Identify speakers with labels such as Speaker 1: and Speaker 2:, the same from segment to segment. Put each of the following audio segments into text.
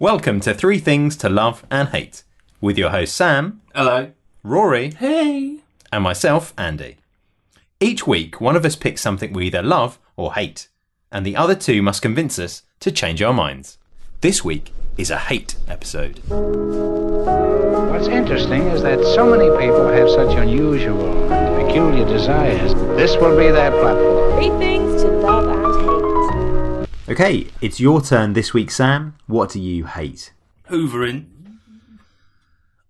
Speaker 1: Welcome to Three Things to Love and Hate with your host Sam,
Speaker 2: Hello.
Speaker 1: Rory,
Speaker 2: Hey.
Speaker 1: and myself, Andy. Each week, one of us picks something we either love or hate, and the other two must convince us to change our minds. This week is a hate episode.
Speaker 3: What's interesting is that so many people have such unusual and peculiar desires. This will be their platform.
Speaker 4: Three things to love and hate.
Speaker 1: Okay, it's your turn this week, Sam. What do you hate?
Speaker 2: Hoovering.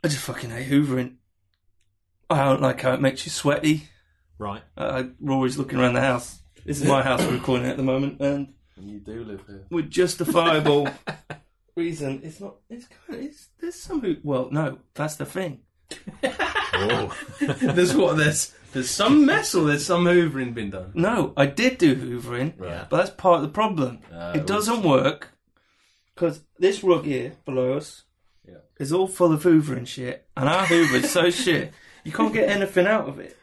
Speaker 2: I just fucking hate hoovering. I don't like how it makes you sweaty.
Speaker 5: Right.
Speaker 2: Uh, Rory's looking around the house. This is my house we're recording at the moment, and
Speaker 5: You do live here.
Speaker 2: with justifiable reason, it's not. It's kind of. It's, there's some who. Well, no, that's the thing. Oh.
Speaker 5: there's what there's there's some mess or there's some hoovering been done.
Speaker 2: No, I did do hoovering,
Speaker 5: Right.
Speaker 2: but that's part of the problem.
Speaker 5: Uh,
Speaker 2: it doesn't work because this rug here below us
Speaker 5: Yeah.
Speaker 2: is all full of hoovering shit, and our hoover's so shit you can't get anything out of it.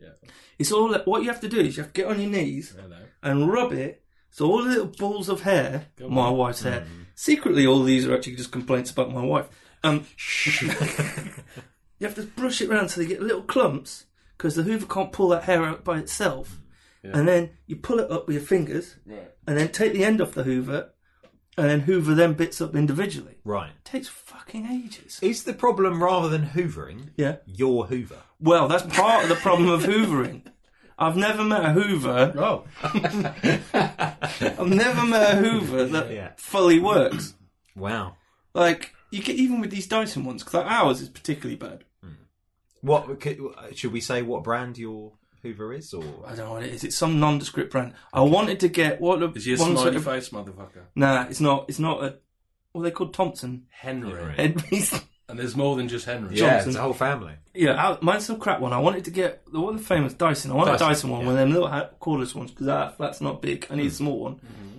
Speaker 5: Yeah.
Speaker 2: It's all what you have to do is you have to get on your knees
Speaker 5: Hello.
Speaker 2: and rub it. So all the little balls of hair, my wife's hair.
Speaker 5: Mm-hmm.
Speaker 2: Secretly, all these are actually just complaints about my wife. Um, you have to brush it round so they get little clumps because the Hoover can't pull that hair out by itself. And then you pull it up with your fingers,
Speaker 5: Right.
Speaker 2: and then take the end off the Hoover, and then Hoover them bits up individually.
Speaker 5: Right.
Speaker 2: takes fucking ages.
Speaker 5: Is the problem rather than hoovering
Speaker 2: Yeah.
Speaker 5: your hoover?
Speaker 2: Well, that's part of the problem of hoovering. I've never met a Hoover.
Speaker 5: Oh.
Speaker 2: I've never met a Hoover that
Speaker 5: Yeah.
Speaker 2: fully works.
Speaker 5: Wow.
Speaker 2: Like you get even with these Dyson ones, because like ours is particularly bad.
Speaker 5: What c- should we say? What brand your hoover is? Or
Speaker 2: I don't know what it is. It's some nondescript brand. I wanted to get what the
Speaker 6: Is he a
Speaker 2: ones
Speaker 6: smiley
Speaker 2: that-
Speaker 6: face motherfucker?
Speaker 2: Nah, it's not. It's not a. What are they called Thompson
Speaker 6: Henry.
Speaker 5: Henry.
Speaker 2: headpiece.
Speaker 6: And there's more than just Henry.
Speaker 5: yeah,
Speaker 2: Johnson.
Speaker 5: it's a whole family.
Speaker 2: Yeah, I, mine's some crap one. I wanted to get the one the famous Dyson. I want
Speaker 5: Dyson,
Speaker 2: a Dyson one
Speaker 5: yeah.
Speaker 2: with them little ha- cordless ones because that that's not big.
Speaker 6: Mm.
Speaker 2: I need a small one.
Speaker 6: Mm-hmm.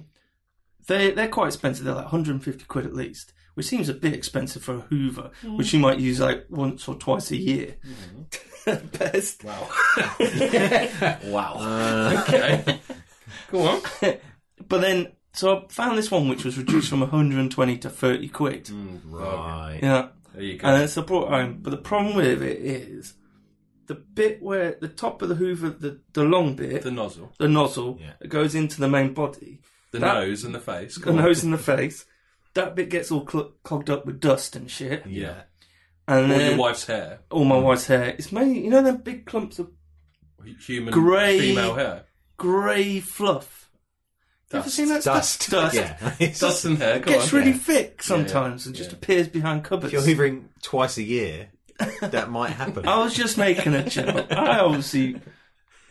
Speaker 2: They they're quite expensive. They're like 150 quid at least, which seems a bit expensive for a Hoover,
Speaker 6: Mm.
Speaker 2: which you might use like once or twice a year. Best.
Speaker 6: Wow.
Speaker 5: Wow.
Speaker 6: okay. Go on.
Speaker 2: But then, so I found this one which was reduced from 120 to 30 quid.
Speaker 6: Mm.
Speaker 5: right.
Speaker 2: Yeah.
Speaker 6: There you go.
Speaker 2: and it's a brought home. But the problem with it is the bit where the top of the Hoover, the, the long bit,
Speaker 6: the
Speaker 2: the,
Speaker 6: nozzle,
Speaker 2: nozzle
Speaker 5: Yeah.
Speaker 2: that goes into the main body,
Speaker 6: the
Speaker 2: That-
Speaker 6: nose, and the face.
Speaker 2: the
Speaker 6: Go on.
Speaker 2: nose and the face, that bit gets all cl- clogged up with dust and shit.
Speaker 6: Yeah.
Speaker 2: And
Speaker 6: Or
Speaker 2: then
Speaker 6: your wife's hair.
Speaker 2: all my wife's hair. It's mainly you know them big clumps of
Speaker 6: Human
Speaker 2: Grey-
Speaker 6: female hair.
Speaker 2: grey fluff. You ever
Speaker 6: Dust.
Speaker 2: seen that stuff?
Speaker 5: Dust.
Speaker 2: Dust.
Speaker 5: Yeah. It's
Speaker 6: Dust and hair.
Speaker 2: It
Speaker 6: Go
Speaker 2: gets
Speaker 6: on.
Speaker 2: really
Speaker 6: Yeah.
Speaker 2: thick sometimes and
Speaker 6: yeah.
Speaker 2: just appears behind
Speaker 5: if
Speaker 2: cupboards.
Speaker 5: you're hoovering twice a year, that might happen.
Speaker 6: Oh,
Speaker 2: I was just making a joke. I obviously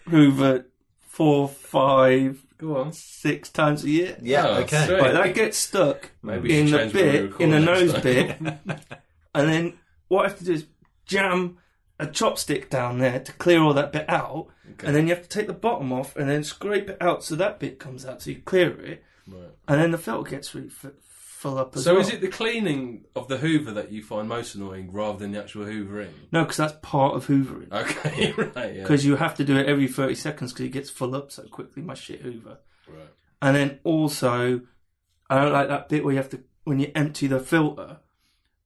Speaker 2: hoover four, five,
Speaker 6: Go on.
Speaker 2: six times a year.
Speaker 5: yeah.
Speaker 6: Oh,
Speaker 5: okay.
Speaker 6: sweet.
Speaker 2: But that gets stuck
Speaker 6: Maybe we
Speaker 2: in
Speaker 6: should
Speaker 2: the
Speaker 6: change where we
Speaker 2: bit,
Speaker 6: record
Speaker 2: in the
Speaker 6: next
Speaker 2: nose
Speaker 6: time.
Speaker 2: bit, and then what I have to do is jam a chopstick down there to clear all that bit out, and then you have to take the bottom off and then scrape it out so that bit comes out, so you clear it,
Speaker 6: Right.
Speaker 2: and then the filter gets really f- full up as
Speaker 6: So
Speaker 2: well.
Speaker 6: is it the cleaning of the Hoover that you find most annoying, rather than the actual hoovering?
Speaker 2: No, because that's part of hoovering.
Speaker 6: Okay. right. Yeah.
Speaker 2: Because you have to do it every 30 seconds because it gets full up so quickly, my shit hoover.
Speaker 6: Right.
Speaker 2: And then also, I don't like that bit where you have to when you empty the filter,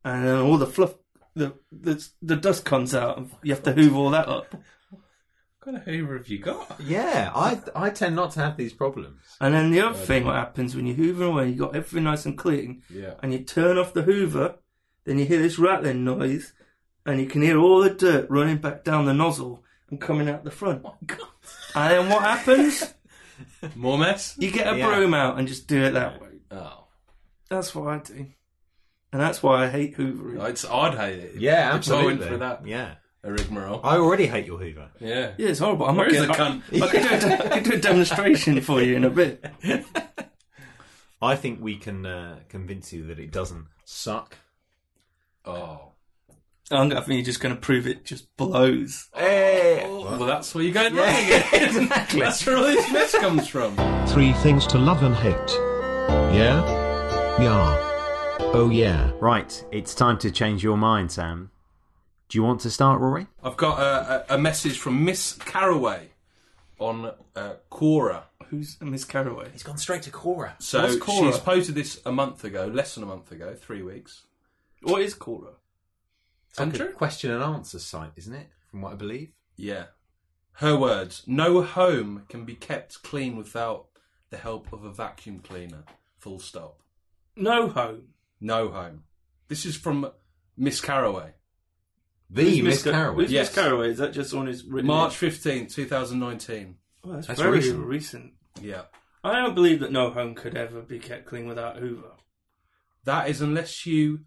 Speaker 2: and then all the fluff, the the, the dust comes out, and you have to hoover all that up.
Speaker 6: What kind of Hoover have you got?
Speaker 5: Yeah. I I tend not to have these problems.
Speaker 2: And then the other thing that happens when you hoover away, you got everything nice and clean,
Speaker 6: Yeah.
Speaker 2: and you turn off the hoover, then you hear this rattling noise, and you can hear all the dirt running back down the nozzle and coming out the front. And then what happens?
Speaker 6: More mess.
Speaker 2: You get a
Speaker 5: Yeah.
Speaker 2: broom out and just do it that way.
Speaker 6: Oh,
Speaker 2: That's what I do, and that's why I hate hoovering.
Speaker 6: I'd, I'd hate it.
Speaker 5: Yeah,
Speaker 6: If I
Speaker 5: absolutely.
Speaker 6: went for that
Speaker 5: Yeah.
Speaker 6: a rigmarole.
Speaker 5: I already hate your hoover.
Speaker 6: Yeah.
Speaker 2: Yeah, it's horrible. I'm
Speaker 6: Where is
Speaker 2: not
Speaker 6: the
Speaker 2: getting-
Speaker 6: cunt?
Speaker 2: I could, do a de- I could do a demonstration for you in a bit.
Speaker 5: I think we can uh, convince you that it doesn't suck.
Speaker 6: Oh.
Speaker 2: I'm, I think you're just going to prove it just blows.
Speaker 5: Hey!
Speaker 6: Well, that's where you're going wrong again.
Speaker 5: exactly.
Speaker 6: That's where all this mess comes from.
Speaker 7: Three things to love and hate. Yeah? Yeah. Oh yeah.
Speaker 1: Right, it's time to change your mind, Sam. Do you want to start, Rory?
Speaker 6: I've got a, a, a message from Miss Caraway. on uh, Quora.
Speaker 2: Who's Miss Carraway?
Speaker 5: He's gone straight to Cora.
Speaker 6: So
Speaker 2: What's Quora?
Speaker 6: she's posted this a month ago, less than a month ago, three weeks.
Speaker 2: What is Cora?
Speaker 5: It's like
Speaker 6: Andrew?
Speaker 5: a question and answer site, isn't it? From what I believe.
Speaker 6: Yeah. Her words No home can be kept clean without the help of a vacuum cleaner. Full stop.
Speaker 2: No home.
Speaker 6: No home. This is from Miss Carraway.
Speaker 5: The
Speaker 2: Who's
Speaker 5: Miss
Speaker 2: Car-
Speaker 5: Carraway.
Speaker 2: Who's
Speaker 6: yes.
Speaker 2: Miss Carraway? Is that just someone who's written
Speaker 6: March
Speaker 2: it?
Speaker 6: 15, 2019.
Speaker 2: Oh, that's,
Speaker 5: That's
Speaker 2: very
Speaker 5: recent.
Speaker 2: recent.
Speaker 6: Yeah.
Speaker 2: I don't believe that no home could ever be kept clean without Hoover.
Speaker 6: That is unless you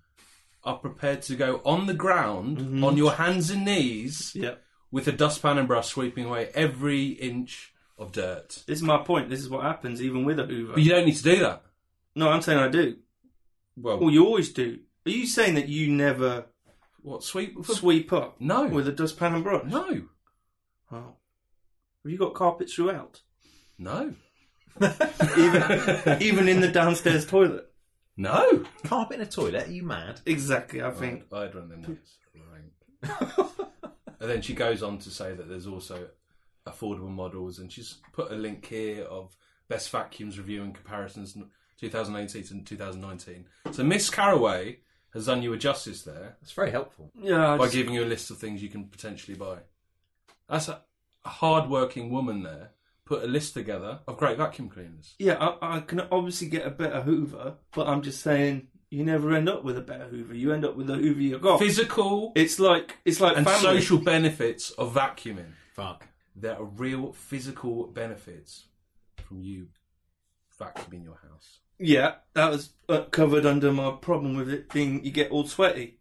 Speaker 6: are prepared to go on the ground
Speaker 2: Mhm.
Speaker 6: on your hands and knees
Speaker 2: Yep.
Speaker 6: with a dustpan and brush sweeping away every inch of dirt.
Speaker 2: This is my point. This is what happens even with a Hoover.
Speaker 6: But you don't need to do that.
Speaker 2: No, I'm saying I do.
Speaker 6: Well,
Speaker 2: Well, you always do. Are you saying that you never
Speaker 6: what sweep?
Speaker 2: sweep up?
Speaker 6: No.
Speaker 2: With a dustpan and brush?
Speaker 6: No,
Speaker 2: Oh. Have you got carpets throughout?
Speaker 6: no,
Speaker 2: Even, even in the downstairs toilet?
Speaker 6: no.
Speaker 5: Carpet in a toilet? Are you mad?
Speaker 2: Exactly, I think.
Speaker 6: I'd, I'd run them ones. and then she goes on to say that there's also affordable models, and she's put a link here of best vacuums review and comparisons in 2018 and 2019. So Miss Carraway has done you a justice there
Speaker 5: That's very helpful.
Speaker 2: Yeah, I
Speaker 6: by
Speaker 2: just,
Speaker 6: giving you a list of things you can potentially buy. That's a, a hard-working woman there. Put a list together of great vacuum cleaners.
Speaker 2: yeah I, I can obviously get a better Hoover, but I'm just saying you never end up with a better Hoover. You end up with the Hoover you got.
Speaker 6: Physical
Speaker 2: it's like Oh. it's like
Speaker 6: and
Speaker 2: family.
Speaker 6: social benefits of vacuuming.
Speaker 5: Fuck.
Speaker 6: There are real physical benefits from you vacuuming your house.
Speaker 2: Yeah, that was uh, covered under my problem with it being you get all sweaty.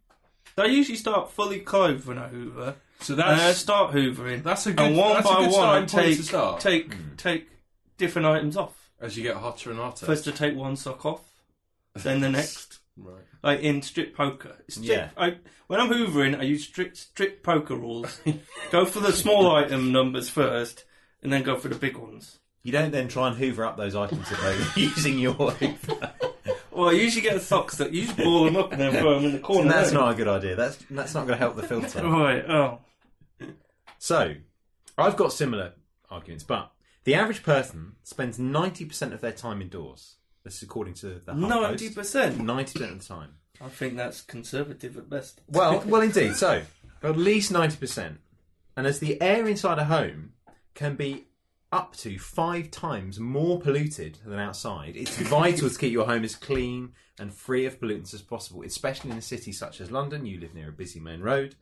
Speaker 2: I usually start fully clothed when I Hoover.
Speaker 6: So
Speaker 2: and I
Speaker 6: that's
Speaker 2: Uh, start hoovering.
Speaker 6: that's a good-
Speaker 2: and one
Speaker 6: that's a
Speaker 2: by
Speaker 6: good
Speaker 2: one I
Speaker 6: starting point
Speaker 2: take
Speaker 6: to start.
Speaker 2: take
Speaker 5: Hmm.
Speaker 2: take different items off.
Speaker 6: as you get hotter and hotter.
Speaker 2: First I take one sock off, then the next.
Speaker 6: right.
Speaker 2: Like in strip poker. Strip,
Speaker 5: Yeah.
Speaker 2: I, when I'm hoovering, I use strict strip poker rules. go for the small item numbers first, and then go for the big ones.
Speaker 5: You don't then try and hoover up those items that they're using your hoover.
Speaker 2: Well, I usually get the socks that you just ball them up and then throw them in the corner.
Speaker 5: And that's
Speaker 2: don't you?
Speaker 5: not a good idea. That's that's not going to help the filter.
Speaker 2: Right, oh.
Speaker 5: So, I've got similar arguments, but the average person spends 90% of their time indoors. This is according to the
Speaker 2: Ninety
Speaker 5: HuffPost.
Speaker 2: percent.
Speaker 5: 90% of the time.
Speaker 2: I think that's conservative at best.
Speaker 5: Well, well, indeed. So, at least 90%. And as the air inside a home can be up to five times more polluted than outside, it's vital to keep your home as clean and free of pollutants as possible, especially in a city such as London. You live near a busy main road.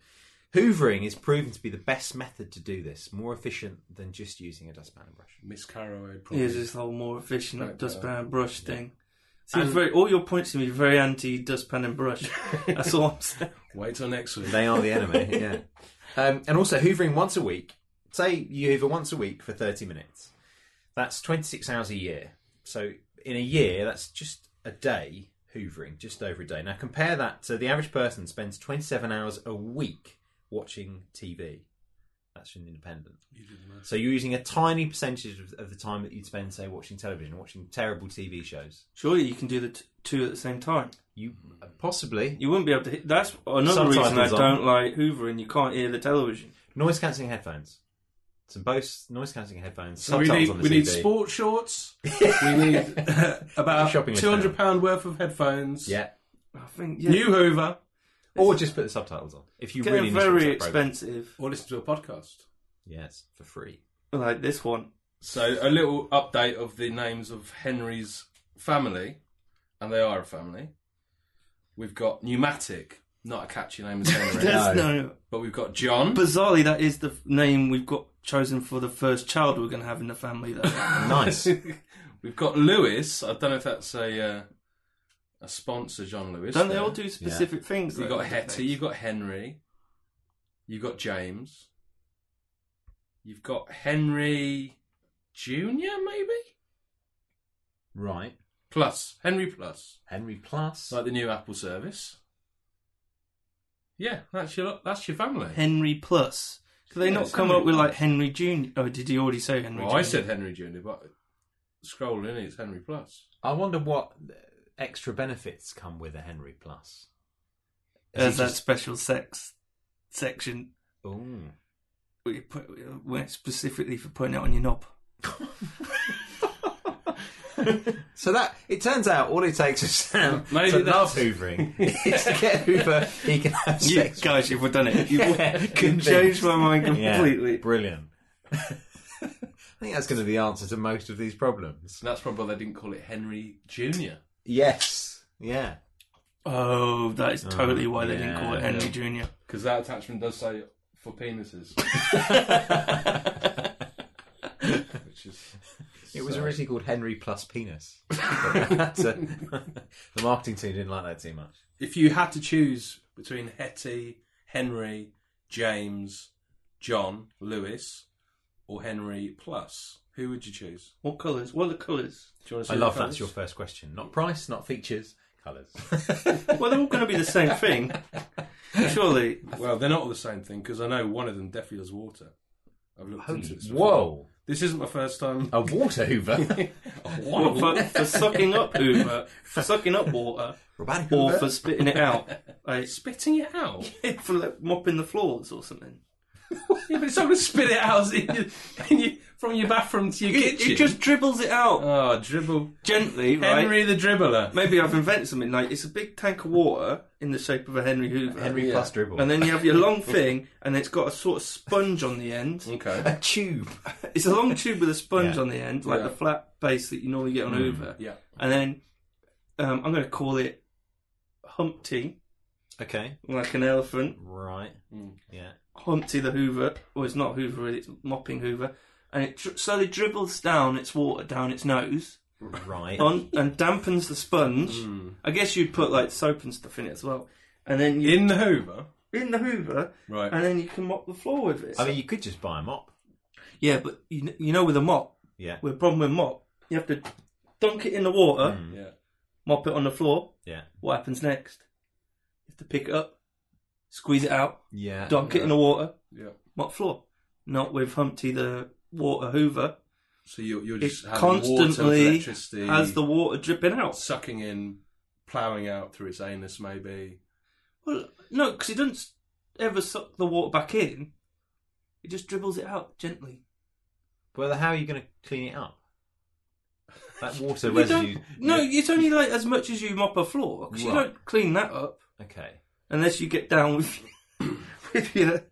Speaker 5: Hoovering is proven to be the best method to do this, more efficient than just using a dustpan and brush.
Speaker 6: Miss Carraway probably.
Speaker 2: Here's this whole more efficient
Speaker 6: Right,
Speaker 2: dustpan
Speaker 6: uh,
Speaker 2: and brush thing. Seems
Speaker 5: And-
Speaker 2: very. All your points to me very anti dustpan and brush. that's all I'm saying.
Speaker 6: Wait till next week.
Speaker 5: They are the enemy, yeah. Um, and also hoovering once a week. Say you hoover once a week for 30 minutes. That's 26 hours a year. So in a year, that's just a day hoovering, just over a day. Now compare that to the average person spends 27 hours a week watching TV. That's from the Independent. So you're using a tiny percentage of, of the time that you'd spend, say, watching television, watching terrible TV shows.
Speaker 2: Surely you can do the t- two at the same time.
Speaker 5: You possibly
Speaker 2: You wouldn't be able to. hit... That's another reason I
Speaker 5: Subtitles on.
Speaker 2: don't like hoovering. You can't hear the television.
Speaker 5: noise cancelling headphones. Some Bose noise cancelling headphones.
Speaker 6: So we
Speaker 5: subtitles
Speaker 6: need
Speaker 5: on the
Speaker 6: we need
Speaker 5: TV.
Speaker 6: sport shorts. we need about
Speaker 5: Shopping list
Speaker 6: two hundred pound worth of headphones.
Speaker 5: Yeah.
Speaker 2: I think yeah.
Speaker 6: New Hoover
Speaker 5: Or just put the subtitles on if you
Speaker 2: get
Speaker 5: really need
Speaker 2: a
Speaker 5: to watch
Speaker 2: very
Speaker 5: that programme.
Speaker 2: expensive
Speaker 6: or listen to a podcast.
Speaker 5: Yes, for free.
Speaker 2: like this one.
Speaker 6: So a little update of the names of Henry's family, and they are a family. We've got pneumatic, not a catchy name as Henry,
Speaker 2: There's no.
Speaker 6: but we've got John.
Speaker 2: Bizarrely, that is the f- name we've got chosen for the first child we're going to have in the family. Though.
Speaker 5: Nice.
Speaker 6: We've got Lewis. I don't know if that's a uh, a sponsor, John Lewis.
Speaker 2: Don't they
Speaker 6: there.
Speaker 2: all do specific things?
Speaker 6: You've
Speaker 2: though,
Speaker 6: got
Speaker 2: don't they?
Speaker 6: Hetty. You've got Henry. You've got James. You've got Henry Junior, maybe
Speaker 5: right.
Speaker 6: plus Henry plus.
Speaker 5: Henry Plus.
Speaker 6: It's like the new Apple service. Yeah, that's your that's your family.
Speaker 2: Henry Plus. Could they
Speaker 6: Yeah,
Speaker 2: not
Speaker 6: it's
Speaker 2: come
Speaker 6: Henry
Speaker 2: up with like
Speaker 6: Plus.
Speaker 2: Henry Junior? Oh, did he already say Henry?
Speaker 6: well,
Speaker 2: Jr.?
Speaker 6: I said Henry Junior, but scroll in, it's Henry plus.
Speaker 5: I wonder what uh, extra benefits come with a Henry Plus. Is
Speaker 2: There's
Speaker 5: he
Speaker 2: Uh, that
Speaker 5: just-
Speaker 2: special sex section
Speaker 5: Ooh.
Speaker 2: where you put, where it's specifically for putting it on your knob.
Speaker 5: So that it turns out all it takes is Sam
Speaker 6: Maybe
Speaker 5: to love
Speaker 6: that's-
Speaker 5: hoovering is to get Hoover. He can have
Speaker 2: You
Speaker 5: sex.
Speaker 2: guys, you've done it. You
Speaker 5: Yeah,
Speaker 2: can change my mind completely.
Speaker 5: Brilliant. I think that's going to be the answer to most of these problems.
Speaker 6: That's probably why they didn't call it Henry Junior.
Speaker 5: Yes. Yeah.
Speaker 2: Oh, that is totally why they didn't
Speaker 5: yeah.
Speaker 2: call it Henry Junior.
Speaker 6: Because that attachment does say for penises. Which is
Speaker 5: It was originally called Henry plus penis. But that's a- the marketing team didn't like that too much.
Speaker 6: if you had to choose between Hetty, Henry, James, John, Lewis, or Henry Plus, who would you choose?
Speaker 2: What colours? What are the colours?
Speaker 6: Do you want to
Speaker 5: I
Speaker 6: see
Speaker 5: love
Speaker 6: the
Speaker 5: that's your
Speaker 6: colours?
Speaker 5: first question. Not price, not features, colours.
Speaker 2: Well, they're all going to be the same thing, surely.
Speaker 6: Well, they're not all the same thing because I know one of them definitely does water. I've looked into this. before.
Speaker 5: Whoa.
Speaker 6: This isn't my first time.
Speaker 5: A water Hoover.
Speaker 2: Well, for, for sucking up Hoover, for sucking up water,
Speaker 5: Robert
Speaker 2: or
Speaker 5: Hoover.
Speaker 2: for spitting it out, like
Speaker 6: Spitting it out?
Speaker 2: for like, mopping the floors or something.
Speaker 6: Yeah, but it's not going to spit it out in your, in your, from your bathroom to your
Speaker 2: It,
Speaker 6: kitchen.
Speaker 2: it just dribbles it out
Speaker 5: Ah,
Speaker 6: Oh, dribble.
Speaker 2: gently, right?
Speaker 6: Henry the dribbler.
Speaker 2: Maybe I've invented something like it's a big tank of water in the shape of a Henry Hoover.
Speaker 5: Henry plus dribble.
Speaker 2: And then you have your long thing, and it's got a sort of sponge on the end.
Speaker 6: Okay.
Speaker 5: tube.
Speaker 2: It's a long tube with a sponge
Speaker 5: Yeah. Mm.
Speaker 2: on the end, like
Speaker 6: Yeah.
Speaker 2: the flat base that you normally get on Hoover.
Speaker 6: Yeah.
Speaker 2: And then um, I'm going to call it Humpty,
Speaker 5: Okay.
Speaker 2: like an elephant.
Speaker 5: Right. Yeah.
Speaker 2: Humpty the Hoover, or it's not Hoover, really, it's mopping Hoover. And it dri- slowly dribbles down its water down its nose
Speaker 5: Right.
Speaker 2: on and dampens the sponge.
Speaker 5: Hmm.
Speaker 2: I guess you'd put like soap and stuff in it as well. And then you
Speaker 6: In the Hoover.
Speaker 2: in the Hoover,
Speaker 6: Right.
Speaker 2: and then you can mop the floor with it.
Speaker 5: I mean, you could just buy a mop.
Speaker 2: yeah, but you kn- you know with a mop,
Speaker 5: Yeah.
Speaker 2: with a problem with mop, you have to dunk it in the water,
Speaker 5: Hmm.
Speaker 6: Yeah.
Speaker 2: mop it on the floor.
Speaker 5: Yeah.
Speaker 2: What happens next? You have to pick it up, squeeze it out,
Speaker 5: Yeah.
Speaker 2: dunk it in the water,
Speaker 6: Yeah.
Speaker 2: mop floor. Not with Humpty the water Hoover.
Speaker 6: So you're, you're
Speaker 2: It
Speaker 6: just having water with
Speaker 2: constantly
Speaker 6: electricity,
Speaker 2: has the water dripping out.
Speaker 6: sucking in, ploughing out through its anus, maybe.
Speaker 2: Well, no, because it doesn't s- ever suck the water back in. It just dribbles it out gently.
Speaker 5: Well, how are you going to clean it up? That water
Speaker 2: You don't-
Speaker 5: residue.
Speaker 2: no, it's only like as much as you mop a floor. 'cause you
Speaker 5: Right.
Speaker 2: don't clean that up
Speaker 5: Okay.
Speaker 2: unless you get down with with your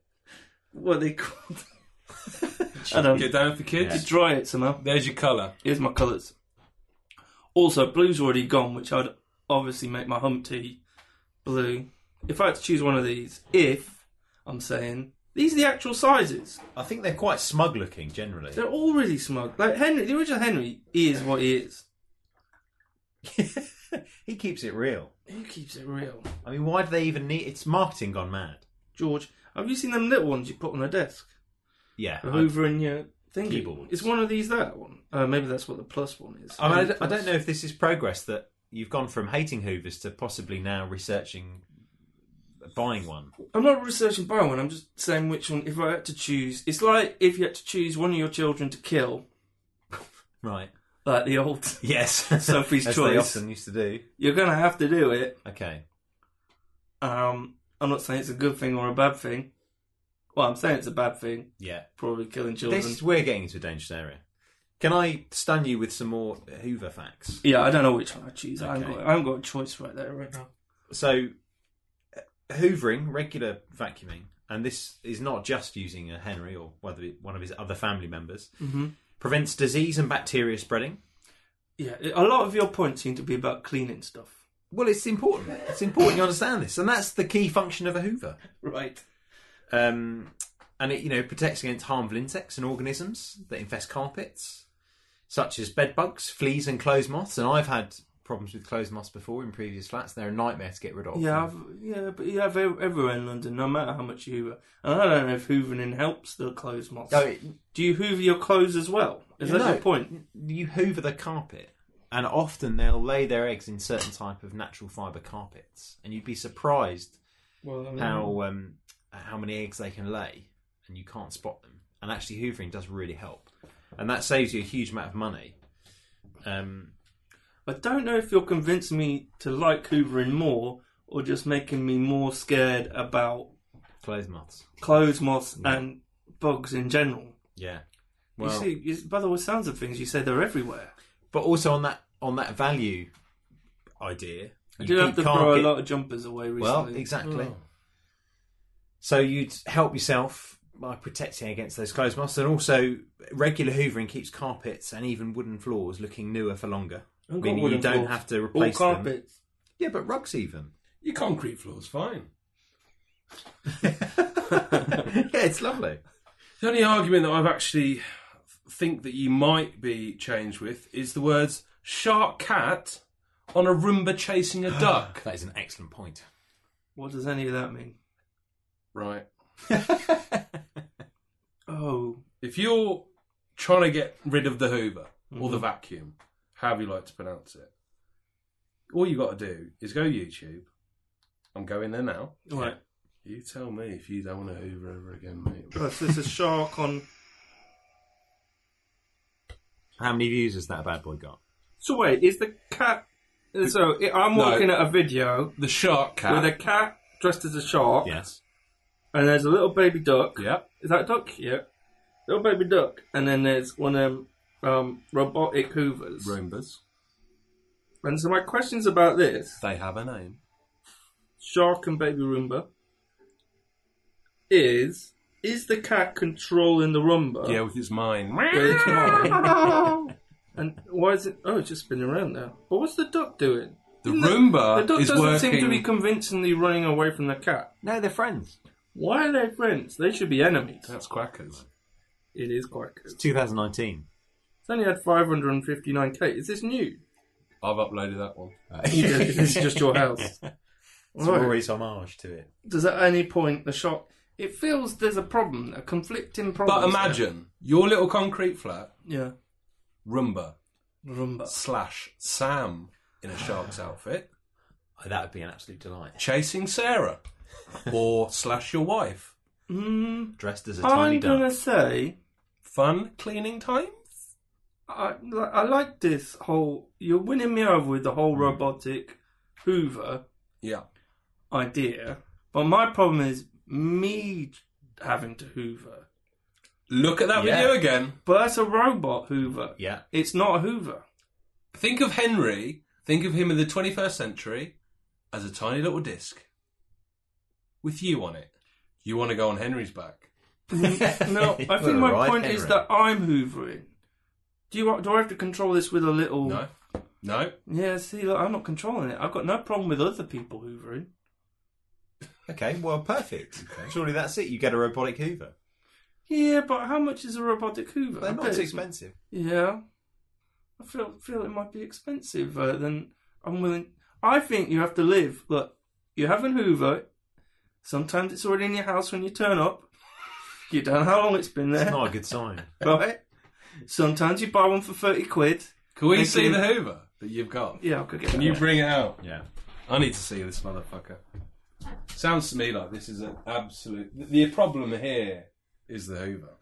Speaker 2: what are they called. I don't
Speaker 6: Get
Speaker 2: know.
Speaker 6: down with the kids.
Speaker 2: You dry it somehow.
Speaker 6: There's your colour.
Speaker 2: Here's my colours. Also, blue's already gone, which I'd obviously make my Humpty blue. If I had to choose one of these, if I'm saying these are the actual sizes,
Speaker 5: I think they're quite smug looking generally.
Speaker 2: they're all really smug. Like Henry, the original Henry, he is what he is.
Speaker 5: he keeps it real.
Speaker 2: Who keeps it real?
Speaker 5: I mean, why do they even need? It's marketing gone mad.
Speaker 2: George, have you seen them little ones you put on a desk?
Speaker 5: Yeah.
Speaker 2: A Hoover and your thingy.
Speaker 5: Uh, Keyboards.
Speaker 2: Is one of these that one? Uh, maybe that's what the plus one is.
Speaker 5: I, I, mean, I d- I
Speaker 2: Plus.
Speaker 5: don't know if this is progress that you've gone from hating Hoovers to possibly now researching buying one.
Speaker 2: I'm not researching by one. I'm just saying which one. If I had to choose, it's like if you had to choose one of your children to kill,
Speaker 5: Right.
Speaker 2: like the old.
Speaker 5: Yes.
Speaker 2: Sophie's
Speaker 5: As They
Speaker 2: choice.
Speaker 5: often used to do.
Speaker 2: You're gonna have to do it.
Speaker 5: Okay.
Speaker 2: Um, I'm not saying it's a good thing or a bad thing. Well, I'm saying it's a bad thing.
Speaker 5: Yeah.
Speaker 2: Probably killing children.
Speaker 5: This we're getting into a dangerous area. Can I stun you with some more Hoover facts?
Speaker 2: Yeah, I don't know which one I choose. I, haven't
Speaker 5: Okay.
Speaker 2: got, I haven't got a choice right there right now.
Speaker 5: So, uh, hoovering, regular vacuuming, and this is not just using a Henry or whether it, one of his other family members, prevents disease and bacteria spreading.
Speaker 2: Yeah, a lot of your points seem to be about cleaning stuff.
Speaker 5: Well, it's important. It's important you understand this, and that's the key function of a Hoover.
Speaker 2: Right.
Speaker 5: Um, and it, you know, protects against harmful insects and organisms that infest carpets, such as bed bugs, fleas, and clothes moths. And I've had problems with clothes moths before in previous flats. They're a nightmare to get rid of.
Speaker 2: Yeah, I've, yeah, but you have ev- everywhere in London, no matter how much you hoover. And I don't know if hoovering in helps the clothes moths.
Speaker 5: No, it-
Speaker 2: Do you hoover your clothes as well? Is that
Speaker 5: Oh, No.
Speaker 2: your point?
Speaker 5: you hoover the carpet and often they'll lay their eggs in certain type of natural fiber carpets and you'd be surprised
Speaker 2: Well, I mean,
Speaker 5: how um, how many eggs they can lay and you can't spot them and actually hoovering does really help and that saves you a huge amount of money um,
Speaker 2: I don't know if you're convincing me to like hoovering more or just making me more scared about
Speaker 5: clothes moths
Speaker 2: clothes moths and bugs in general.
Speaker 5: Yeah.
Speaker 2: You see, you, by the sounds of things, you say they're everywhere.
Speaker 5: but also on that on that value idea,
Speaker 2: I
Speaker 5: you
Speaker 2: do have
Speaker 5: keep-
Speaker 2: to
Speaker 5: can't
Speaker 2: throw
Speaker 5: get-
Speaker 2: a lot of jumpers away recently.
Speaker 5: Well, exactly.
Speaker 6: Oh.
Speaker 5: So you'd help yourself by protecting against those clothes moths, and also regular hoovering keeps carpets and even wooden floors looking newer for longer,
Speaker 2: I've got
Speaker 5: meaning you
Speaker 2: wooden
Speaker 5: don't
Speaker 2: floors.
Speaker 5: have to
Speaker 2: All
Speaker 5: replace them.
Speaker 2: carpets.
Speaker 5: Yeah, but rugs even.
Speaker 6: Your concrete floor's fine.
Speaker 5: yeah, it's lovely.
Speaker 6: The only argument that I've actually think that you might be changed with is the words shark cat on a Roomba chasing a duck.
Speaker 5: That is an excellent point.
Speaker 2: What does any of that mean?
Speaker 6: right.
Speaker 2: Oh,
Speaker 6: If you're trying to get rid of the Hoover or the vacuum, however you like to pronounce it, all you got to do is go YouTube. I'm going there now.
Speaker 2: right.
Speaker 6: You tell me if you don't want to Hoover ever again, mate.
Speaker 2: Oh, so there's a shark on.
Speaker 5: How many views has that bad boy got?
Speaker 2: So wait, is the cat? So i- I'm
Speaker 6: No.
Speaker 2: looking at a video
Speaker 6: The shark cat.
Speaker 2: with a cat dressed as a shark,
Speaker 5: Yes.
Speaker 2: and there's a little baby duck.
Speaker 6: Yep.
Speaker 2: Is that a duck? Yeah, little baby duck, and then there's one of them um, robotic hoovers.
Speaker 6: Roombas.
Speaker 2: And so my questions about this
Speaker 6: They have a name.
Speaker 2: shark and baby Roomba is is the cat controlling the Roomba?
Speaker 6: Yeah, with its mine.
Speaker 2: With its mind? and why is it? Oh, it's just spinning around now. But what's the duck doing?
Speaker 6: The
Speaker 2: Isn't it-
Speaker 6: Roomba
Speaker 2: The duck
Speaker 6: is
Speaker 2: doesn't
Speaker 6: Uh, working.
Speaker 2: seem to be convincingly running away from the cat.
Speaker 5: No, they're friends.
Speaker 2: Why are they friends? They should be enemies.
Speaker 6: That's quackers.
Speaker 2: It is quite good.
Speaker 5: It's 2019.
Speaker 2: It's only had 559k. Is this new?
Speaker 6: I've uploaded that one.
Speaker 2: This is just your house.
Speaker 5: It's
Speaker 2: Right.
Speaker 5: Rory's homage to it.
Speaker 2: Does at any point the shot? It feels there's a problem, a conflicting problem.
Speaker 6: But imagine your little concrete flat,
Speaker 2: Yeah.
Speaker 6: Roomba
Speaker 2: Roomba.
Speaker 6: slash Sam in a shark's outfit,
Speaker 5: Oh, that would be an absolute delight.
Speaker 6: chasing Sarah, or slash your wife.
Speaker 2: Mm,
Speaker 5: Dressed as a tiny
Speaker 2: I'm
Speaker 5: duck.
Speaker 2: gonna say
Speaker 6: Fun cleaning time.
Speaker 2: I, I like this whole. You're winning me over with the whole robotic Hoover
Speaker 6: Yeah,
Speaker 2: idea, but my problem is me having to Hoover.
Speaker 6: look at that
Speaker 5: Yeah.
Speaker 6: video again.
Speaker 2: But that's a robot Hoover.
Speaker 5: Yeah.
Speaker 2: It's not a Hoover.
Speaker 6: Think of Henry. Think of him in the 21st century as a tiny little disc with you on it. You want to go on Henry's back?
Speaker 2: Mm, No, I
Speaker 5: Well,
Speaker 2: think my
Speaker 5: right,
Speaker 2: point is
Speaker 5: Henry.
Speaker 2: that I'm hoovering. Do you do I have to control this with a little?
Speaker 6: No, no.
Speaker 2: Yeah, see, look, I'm not controlling it. I've got no problem with other people hoovering.
Speaker 5: Okay, well, perfect. Surely that's it. You get a robotic Hoover.
Speaker 2: Yeah, but how much is a robotic Hoover? I
Speaker 5: They're not
Speaker 2: bet
Speaker 5: too
Speaker 2: it's-
Speaker 5: expensive.
Speaker 2: Yeah, I feel feel it might be expensive. Uh, then I'm willing. I think you have to live. Look, you have an Hoover. Sometimes it's already in your house when you turn up. You don't know how long it's been
Speaker 5: It's
Speaker 2: there,
Speaker 5: not a good sign.
Speaker 2: right? Sometimes you buy one for thirty quid.
Speaker 6: Can we
Speaker 2: Thank
Speaker 6: see
Speaker 2: you.
Speaker 6: the Hoover that you've got?
Speaker 2: Yeah, I could get
Speaker 6: Can
Speaker 2: that.
Speaker 6: you bring it out?
Speaker 5: Yeah.
Speaker 6: I need to see this motherfucker. Sounds to me like this is an absolute. The problem here is the Hoover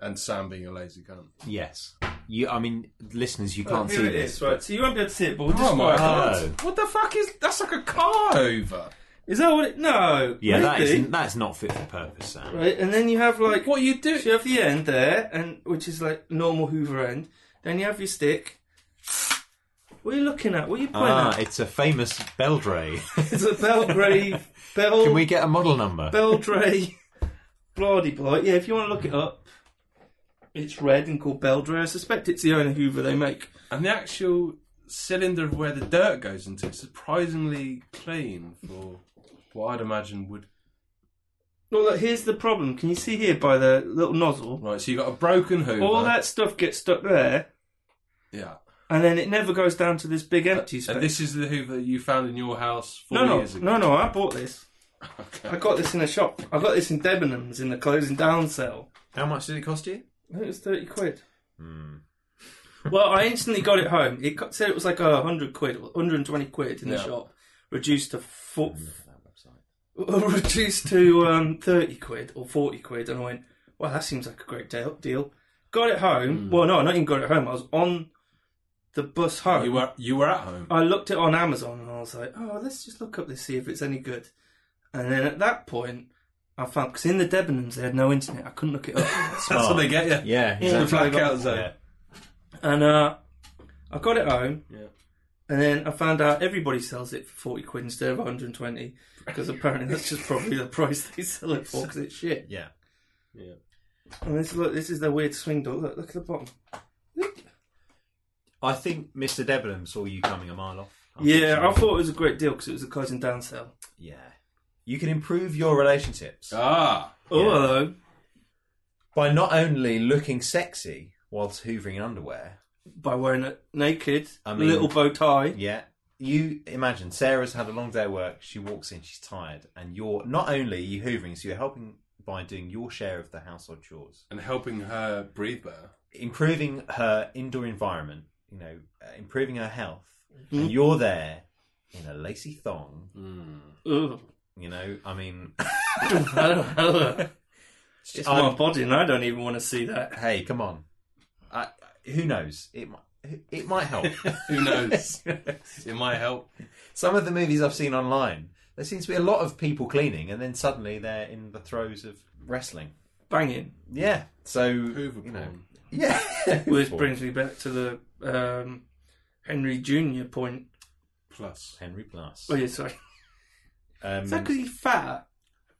Speaker 6: and Sam being a lazy cunt.
Speaker 5: Yes. You. I mean, listeners, you
Speaker 2: Oh,
Speaker 5: can't
Speaker 2: here
Speaker 5: see
Speaker 2: it
Speaker 5: this.
Speaker 2: is, right? So you won't be able to see it, but we'll
Speaker 6: Oh
Speaker 2: just
Speaker 6: my
Speaker 2: work
Speaker 5: God.
Speaker 2: out.
Speaker 6: god! What the fuck is that's like a car Hoover?
Speaker 2: Is that what it? No.
Speaker 5: Yeah, that
Speaker 2: maybe.
Speaker 5: is that's not fit for purpose, Sam.
Speaker 2: Right, and then you have like
Speaker 6: What are you doing?
Speaker 2: So you have the end there, and which is like normal Hoover end. Then you have your stick. What are you looking at? What are you pointing
Speaker 5: Ah,
Speaker 2: at?
Speaker 5: it's a famous Beldray.
Speaker 2: It's a Belgrave, Bel,
Speaker 5: Can we get a model number?
Speaker 2: Beldray, bloody blah. Yeah, if you want to look it up, it's red and called Beldray. I suspect it's the only Hoover they make.
Speaker 6: And the actual cylinder of where the dirt goes into is surprisingly clean for what I'd imagine would.
Speaker 2: Well, look, here's the problem. Can you see here by the little nozzle?
Speaker 6: Right, so you got a broken Hoover.
Speaker 2: All that stuff gets stuck there,
Speaker 6: Yeah.
Speaker 2: and then it never goes down to this big empty space.
Speaker 6: And this is the Hoover you found in your house four
Speaker 2: no, no,
Speaker 6: years ago.
Speaker 2: no, no. I bought this.
Speaker 6: Okay.
Speaker 2: I got this in a shop. I got this in Debenhams in the closing down sale.
Speaker 5: How much did it cost you?
Speaker 2: I think it was 30 quid.
Speaker 6: Hmm.
Speaker 2: well, I instantly got it home. It co- said it was like a 100 quid, 120 quid in the
Speaker 6: Yeah.
Speaker 2: shop, reduced to four, reduced to um, 30 quid or 40 quid. And I went, well, that seems like a great deal. deal. Got it
Speaker 6: Hmm.
Speaker 2: home. Well, no, I not even got it home. I was on the bus home.
Speaker 6: You were you were at home.
Speaker 2: I looked it on Amazon and I was like, oh, let's just look up this, see if it's any good. And then at that point, I found because in the Debenhams they had no internet. I couldn't look it up,
Speaker 6: That's what they get you.
Speaker 5: Yeah,
Speaker 2: Yeah.
Speaker 6: The blackout zone.
Speaker 5: Yeah.
Speaker 2: and uh, I got it home.
Speaker 6: Yeah.
Speaker 2: And then I found out everybody sells it for forty quid instead of one hundred and twenty because apparently that's just probably the price they sell it for because it's shit.
Speaker 5: Yeah.
Speaker 2: And this look, this is their weird swing door. Look, look at the bottom.
Speaker 5: I think Mr. Debenham saw you coming a mile off.
Speaker 2: Yeah, I thought it was a great deal because it was a closing down sale.
Speaker 5: Yeah. You can improve your relationships
Speaker 6: Ah,
Speaker 2: Oh,
Speaker 5: Yeah.
Speaker 2: hello.
Speaker 5: by not only looking sexy whilst hoovering in underwear.
Speaker 2: By wearing it naked,
Speaker 5: I mean-
Speaker 2: little bow tie.
Speaker 5: Yeah. You imagine Sarah's had a long day at work, she walks in, she's tired, and you're not only are you hoovering, so you're helping by doing your share of the household chores.
Speaker 6: and helping her breathe better.
Speaker 5: improving her indoor environment, you know, uh, improving her health, and you're there in a lacy thong,
Speaker 2: Ugh.
Speaker 5: you know, I mean,
Speaker 2: It's
Speaker 5: I'm-
Speaker 2: my body, and I don't even want to see that.
Speaker 5: hey, come on. I, I- who knows? It might, it might help.
Speaker 6: Who knows? it might help.
Speaker 5: Some of the movies I've seen online, there seems to be a lot of people cleaning, and then suddenly they're in the throes of wrestling.
Speaker 2: Banging,
Speaker 5: Yeah. So,
Speaker 6: Hoover
Speaker 5: you know,
Speaker 6: porn.
Speaker 5: yeah.
Speaker 2: which brings me back to the um, Henry Junior point.
Speaker 6: Plus,
Speaker 5: Henry Plus.
Speaker 2: Oh yeah, sorry.
Speaker 5: Um,
Speaker 2: Is that because he's fat?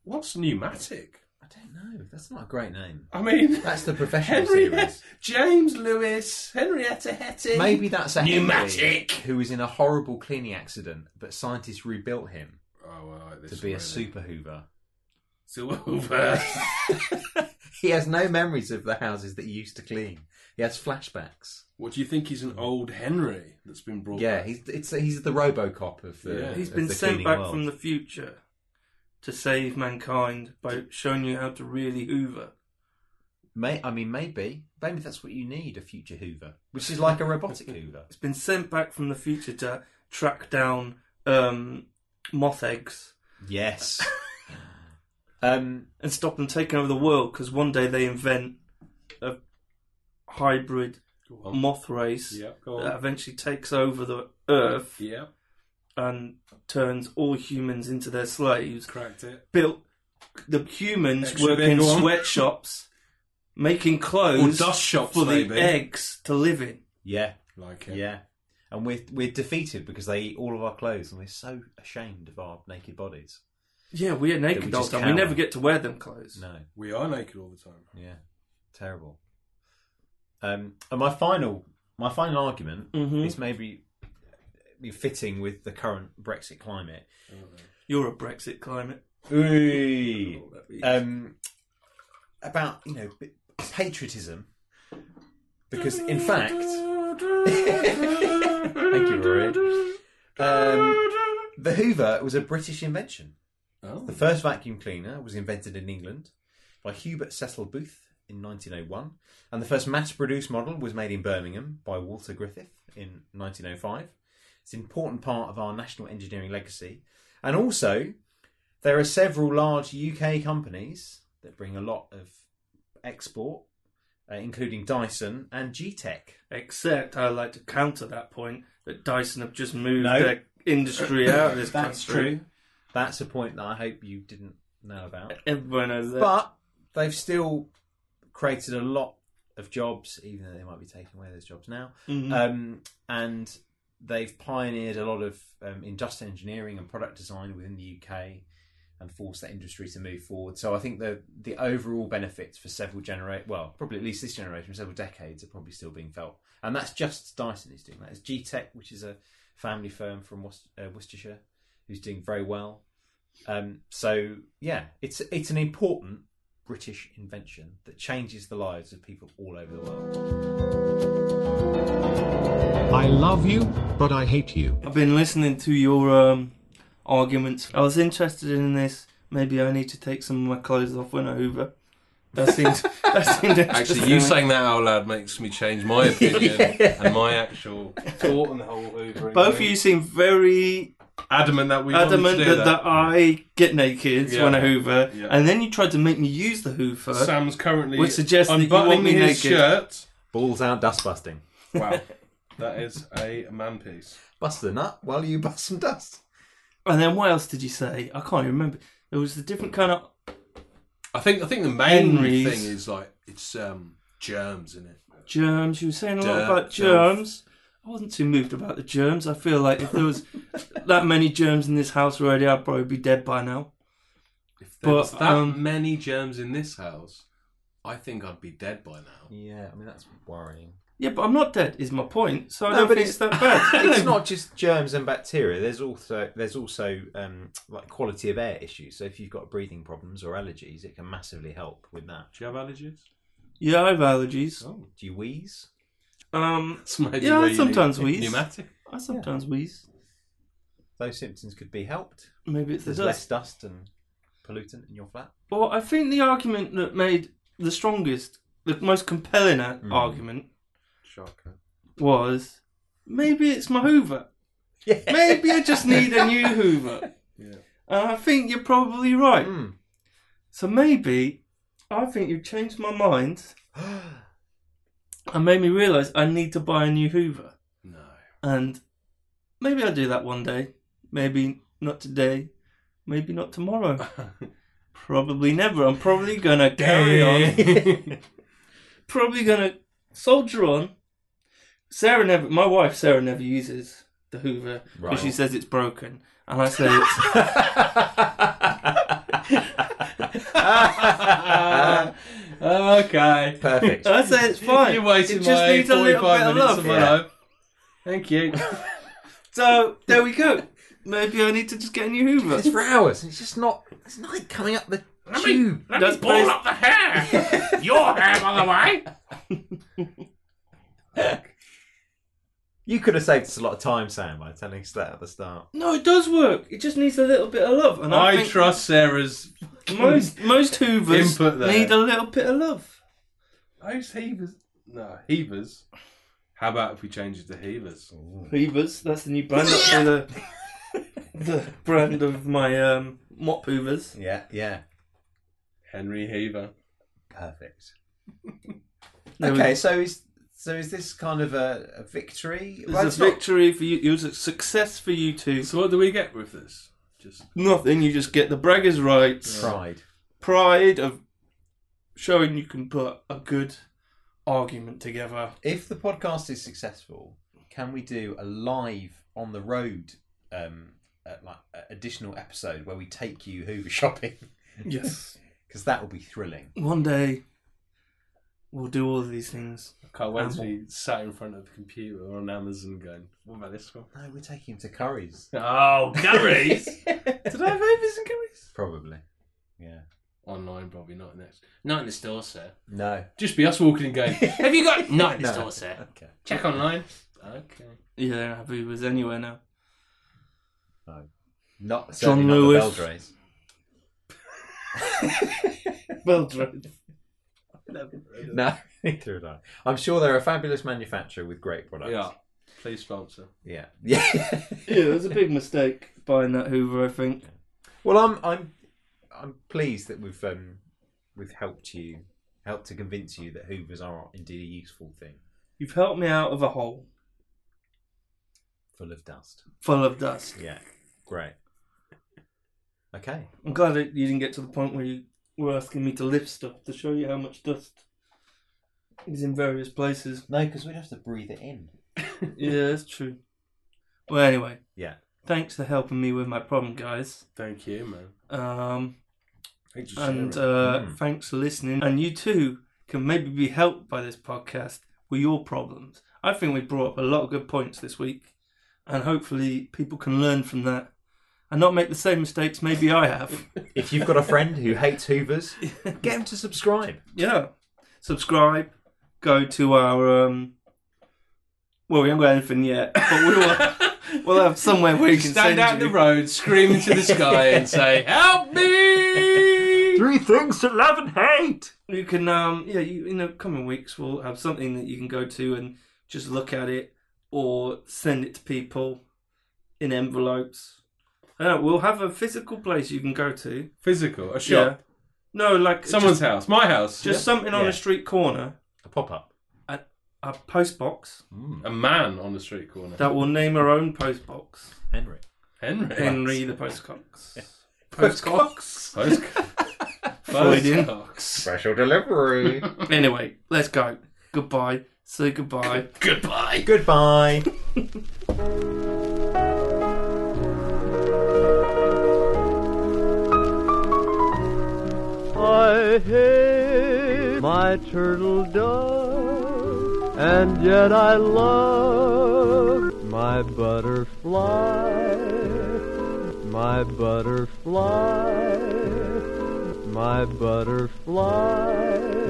Speaker 6: what's pneumatic?
Speaker 5: I don't know. That's not a great name.
Speaker 6: I mean,
Speaker 5: That's the professional
Speaker 6: Henry,
Speaker 5: series.
Speaker 6: James Lewis, Henrietta Hetty.
Speaker 5: Maybe that's a
Speaker 6: Pneumatic.
Speaker 5: Henry who was in a horrible cleaning accident, but scientists rebuilt him
Speaker 6: Oh, well, I like this
Speaker 5: to be a
Speaker 6: already.
Speaker 5: super hoover.
Speaker 6: Silver.
Speaker 5: He has no memories of the houses that he used to clean. He has flashbacks.
Speaker 6: what do you think? He's an old Henry that's been brought.
Speaker 5: Yeah,
Speaker 6: back?
Speaker 5: he's it's he's the RoboCop of the.
Speaker 6: Yeah.
Speaker 2: He's
Speaker 5: of
Speaker 2: been
Speaker 5: the
Speaker 2: sent
Speaker 5: cleaning
Speaker 2: back
Speaker 5: world.
Speaker 2: from the future to save mankind by showing you how to really Hoover.
Speaker 5: May, I mean, maybe maybe that's what you need—a future Hoover, which is like a robotic Hoover.
Speaker 2: It's been sent back from the future to track down um, moth eggs
Speaker 5: Yes. um.
Speaker 2: and stop them taking over the world because one day they invent a hybrid
Speaker 6: on.
Speaker 2: moth race
Speaker 6: Oh. Yeah, go on.
Speaker 2: that eventually takes over the earth
Speaker 6: yeah,
Speaker 2: and turns all humans into their slaves.
Speaker 6: cracked it.
Speaker 2: Built the humans
Speaker 6: Extra
Speaker 2: work
Speaker 6: big
Speaker 2: in
Speaker 6: one.
Speaker 2: sweatshops making clothes
Speaker 6: Or dust shops,
Speaker 2: for the
Speaker 6: maybe.
Speaker 2: eggs to live in.
Speaker 5: Yeah.
Speaker 6: Like
Speaker 5: Yeah.
Speaker 6: it.
Speaker 5: And we're we're defeated because they eat all of our clothes, and we're so ashamed of our naked bodies.
Speaker 2: Yeah, we are
Speaker 5: That we
Speaker 2: naked all
Speaker 5: just
Speaker 2: the time. We
Speaker 5: cower.
Speaker 2: never get to wear them clothes.
Speaker 5: No.
Speaker 6: We are naked all the time.
Speaker 5: Yeah, terrible. Um, and my final, my final argument
Speaker 2: Mhm.
Speaker 5: is maybe be fitting with the current Brexit climate.
Speaker 2: You're a Brexit climate.
Speaker 6: Uh,
Speaker 5: Um, about you know b- patriotism, because in fact, thank you, Rory. Um, the Hoover was a British invention.
Speaker 6: Oh,
Speaker 5: The first vacuum cleaner was invented in England by Hubert Cecil Booth in 1901, and the first mass produced model was made in Birmingham by Walter Griffith in 1905. It's an important part of our national engineering legacy. And also, there are several large UK companies that bring a lot of export, uh, including Dyson and G Tech.
Speaker 2: Except I like to counter that point that Dyson have just moved
Speaker 5: No.
Speaker 2: their industry out of this
Speaker 5: That's
Speaker 2: country.
Speaker 5: true. That's a point that I hope you didn't know about.
Speaker 2: Everyone knows that.
Speaker 5: But they've still created a lot of jobs, even though they might be taking away those jobs now. Um, and they've pioneered a lot of um, industrial engineering and product design within the UK and forced that industry to move forward. So I think the the overall benefits for several generate well, probably at least this generation, several decades are probably still being felt. And that's just Dyson is doing that. It's G Tech, which is a family firm from Worc- uh, Worcestershire, who's doing very well. Um, so yeah, it's it's an important British invention that changes the lives of people all over the world.
Speaker 7: I love you, but I hate you.
Speaker 2: I've been listening to your um, arguments. I was interested in this. Maybe I need to take some of my clothes off when I Hoover. That seems. that seemed
Speaker 6: Actually, you
Speaker 2: interesting.
Speaker 6: saying that out loud makes me change my opinion and my actual thought and the whole Hoover.
Speaker 2: Both of you seem very
Speaker 6: adamant that we wanted
Speaker 2: adamant
Speaker 6: to do
Speaker 2: that, that. I get naked
Speaker 6: Yeah.
Speaker 2: when I Hoover,
Speaker 6: Yeah.
Speaker 2: and then you tried to make me use the Hoover.
Speaker 6: Sam's currently
Speaker 2: Would suggest that you
Speaker 6: unbuttoning
Speaker 2: want me
Speaker 6: his
Speaker 2: naked.
Speaker 6: shirt.
Speaker 5: Balls out, dust busting.
Speaker 6: Wow, that is a man piece.
Speaker 5: Bust the nut while you bust some dust.
Speaker 2: And then what else did you say? I can't even remember. There was a different kind of
Speaker 6: I think I think the main
Speaker 2: Henry's.
Speaker 6: thing is like it's um, germs in it.
Speaker 2: Germs. You were saying a lot
Speaker 6: Dirt,
Speaker 2: about
Speaker 6: filth.
Speaker 2: germs. I wasn't too moved about the germs. I feel like if there was that many germs in this house already, I'd probably be dead by now.
Speaker 6: If there
Speaker 2: But,
Speaker 6: was that
Speaker 2: um,
Speaker 6: many germs in this house, I think I'd be dead by now.
Speaker 5: Yeah, I mean that's worrying.
Speaker 2: Yeah, but I'm not dead. Is my point. So I
Speaker 5: No,
Speaker 2: don't
Speaker 5: but
Speaker 2: think
Speaker 5: it-
Speaker 2: it's that bad.
Speaker 5: it's not just germs and bacteria. There's also there's also um, like quality of air issues. So if you've got breathing problems or allergies, it can massively help with that.
Speaker 6: Do you have allergies?
Speaker 2: Yeah, I have allergies.
Speaker 5: Oh, do you wheeze?
Speaker 2: Um,
Speaker 6: That's maybe
Speaker 2: Yeah, I
Speaker 6: where Oh. you
Speaker 2: sometimes
Speaker 6: need
Speaker 2: wheeze.
Speaker 6: Pneumatic.
Speaker 2: I sometimes wheeze.
Speaker 5: Those symptoms could be helped.
Speaker 2: Maybe it's the
Speaker 5: There's
Speaker 2: dust.
Speaker 5: less dust and pollutant in your flat.
Speaker 2: Well, I think the argument that made the strongest, the most compelling a- argument
Speaker 6: Mm. Shocker.
Speaker 2: was maybe it's my Hoover. Maybe I just need a new Hoover.
Speaker 6: Yeah.
Speaker 2: And I think you're probably right.
Speaker 5: Mm.
Speaker 2: So maybe I think you've changed my mind and made me realise I need to buy a new Hoover.
Speaker 6: No.
Speaker 2: And maybe I'll do that one day. Maybe not today. Maybe not tomorrow. probably never. I'm probably going to carry on. probably going to soldier on. Sarah never, my wife Sarah never uses the Hoover because she says it's broken. And I say it's.
Speaker 6: okay.
Speaker 5: Perfect.
Speaker 2: I say it's fine.
Speaker 6: You wasted
Speaker 2: it
Speaker 6: my
Speaker 2: just needs a little
Speaker 6: 45
Speaker 2: bit of
Speaker 6: minutes
Speaker 2: love.
Speaker 6: of my
Speaker 2: yeah.
Speaker 6: life. Thank you.
Speaker 2: So there we go. Maybe I need to just get a new Hoover.
Speaker 5: it's for hours. and It's just not. It's not like coming up the tube.
Speaker 2: That's based-
Speaker 6: the hair. Your hair, by the way.
Speaker 5: You could have saved us a lot of time, Sam, by telling us that at the start.
Speaker 2: No, it does work. It just needs a little bit of love. And I,
Speaker 6: I
Speaker 2: think
Speaker 6: trust Sarah's.
Speaker 2: most most Hoovers
Speaker 6: Input there.
Speaker 2: need a little bit of love.
Speaker 6: Those heavers. No, heavers. How about if we change it to heavers?
Speaker 2: Hoovers, that's the new brand. That's the the brand of my um, mop Hoovers.
Speaker 5: Yeah, yeah.
Speaker 6: Henry Heaver.
Speaker 5: Perfect.
Speaker 2: There we
Speaker 5: Okay, so is so is this kind of a, a victory?
Speaker 2: It
Speaker 5: Well,
Speaker 2: was
Speaker 5: it's
Speaker 2: a
Speaker 5: not-
Speaker 2: victory for you. It was a success for you two.
Speaker 6: So what do we get with this? Just
Speaker 2: Nothing. You just get the braggers' rights,
Speaker 5: Pride.
Speaker 2: pride of showing you can put a good argument together.
Speaker 5: If the podcast is successful, can we do a live on the road, um, uh, like uh, additional episode where we take you Hoover shopping?
Speaker 2: Yes.
Speaker 5: Because that will be thrilling.
Speaker 2: One day, we'll do all of these things.
Speaker 6: I can't wait to be sat in front of the computer or on Amazon going, what about this one?
Speaker 5: No, we're taking him to curries.
Speaker 6: Oh, Gary's!
Speaker 5: Did I have Hoovers and curries? Probably. Yeah.
Speaker 6: Online, probably not in this. Not in the store, sir.
Speaker 5: No.
Speaker 6: Just be us walking and going, have you got. Not in the
Speaker 5: No.
Speaker 6: store, sir.
Speaker 5: Okay.
Speaker 6: Check online. Okay.
Speaker 2: Yeah, they don't have Ubers anywhere now.
Speaker 5: Not
Speaker 2: John
Speaker 5: certainly not the
Speaker 2: Lewis.
Speaker 5: Beldrays.
Speaker 2: Well done.
Speaker 5: No, neither would I. I'm sure they're a fabulous manufacturer with great products.
Speaker 6: Yeah. Please sponsor.
Speaker 5: Yeah. Yeah.
Speaker 2: yeah, it was a big mistake buying that Hoover, I think.
Speaker 5: well, I'm I'm I'm pleased that we've um we've helped you helped to convince you that hoovers are indeed a useful thing
Speaker 2: You've helped me out of a hole
Speaker 5: full of dust.
Speaker 2: full of dust.
Speaker 5: Yeah. Great. Okay.
Speaker 2: I'm glad that you didn't get to the point where you were asking me to lift stuff to show you how much dust is in various places.
Speaker 5: No, because we'd have to breathe it in.
Speaker 2: yeah, that's true. Well, anyway,
Speaker 5: Yeah.
Speaker 2: thanks for helping me with my problem, guys.
Speaker 6: Thank you, man.
Speaker 2: Um,
Speaker 6: Thanks for sharing.
Speaker 2: and uh,
Speaker 5: Mm.
Speaker 2: thanks for listening. And you too can maybe be helped by this podcast with your problems. I think we brought up a lot of good points this week, and hopefully people can learn from that and not make the same mistakes maybe I have.
Speaker 5: If you've got a friend who hates hoovers, get him to subscribe.
Speaker 2: yeah, subscribe. Go to our. Um, well, we haven't got anything yet, but we will, we'll have somewhere where you can
Speaker 6: Stand
Speaker 2: send
Speaker 6: out in
Speaker 2: you.
Speaker 6: the road, scream into the sky, and say, help me!
Speaker 5: Three things to love and hate.
Speaker 2: You can, um, yeah, you, in the coming weeks, we'll have something that you can go to and just look at it or send it to people in envelopes. Uh, we'll have a physical place you can go to.
Speaker 6: Physical, a shop.
Speaker 2: No, like
Speaker 6: Someone's
Speaker 2: just,
Speaker 6: house, my house,
Speaker 2: just something on
Speaker 5: Yeah.
Speaker 2: a street corner,
Speaker 5: A pop up.
Speaker 2: a post box
Speaker 6: a man on the street corner.
Speaker 2: that will name our own post box.
Speaker 5: Henry.
Speaker 6: Henry.
Speaker 2: Henry the Postcox.
Speaker 5: Postcox.
Speaker 6: Post-
Speaker 2: Freudian.
Speaker 6: Buzzcocks.
Speaker 8: Special delivery.
Speaker 2: Anyway, let's go. Goodbye. Say goodbye.
Speaker 6: Goodbye.
Speaker 5: Goodbye.
Speaker 9: I hate my turtle dove, and yet I love my butterfly, my butterfly, my butterfly.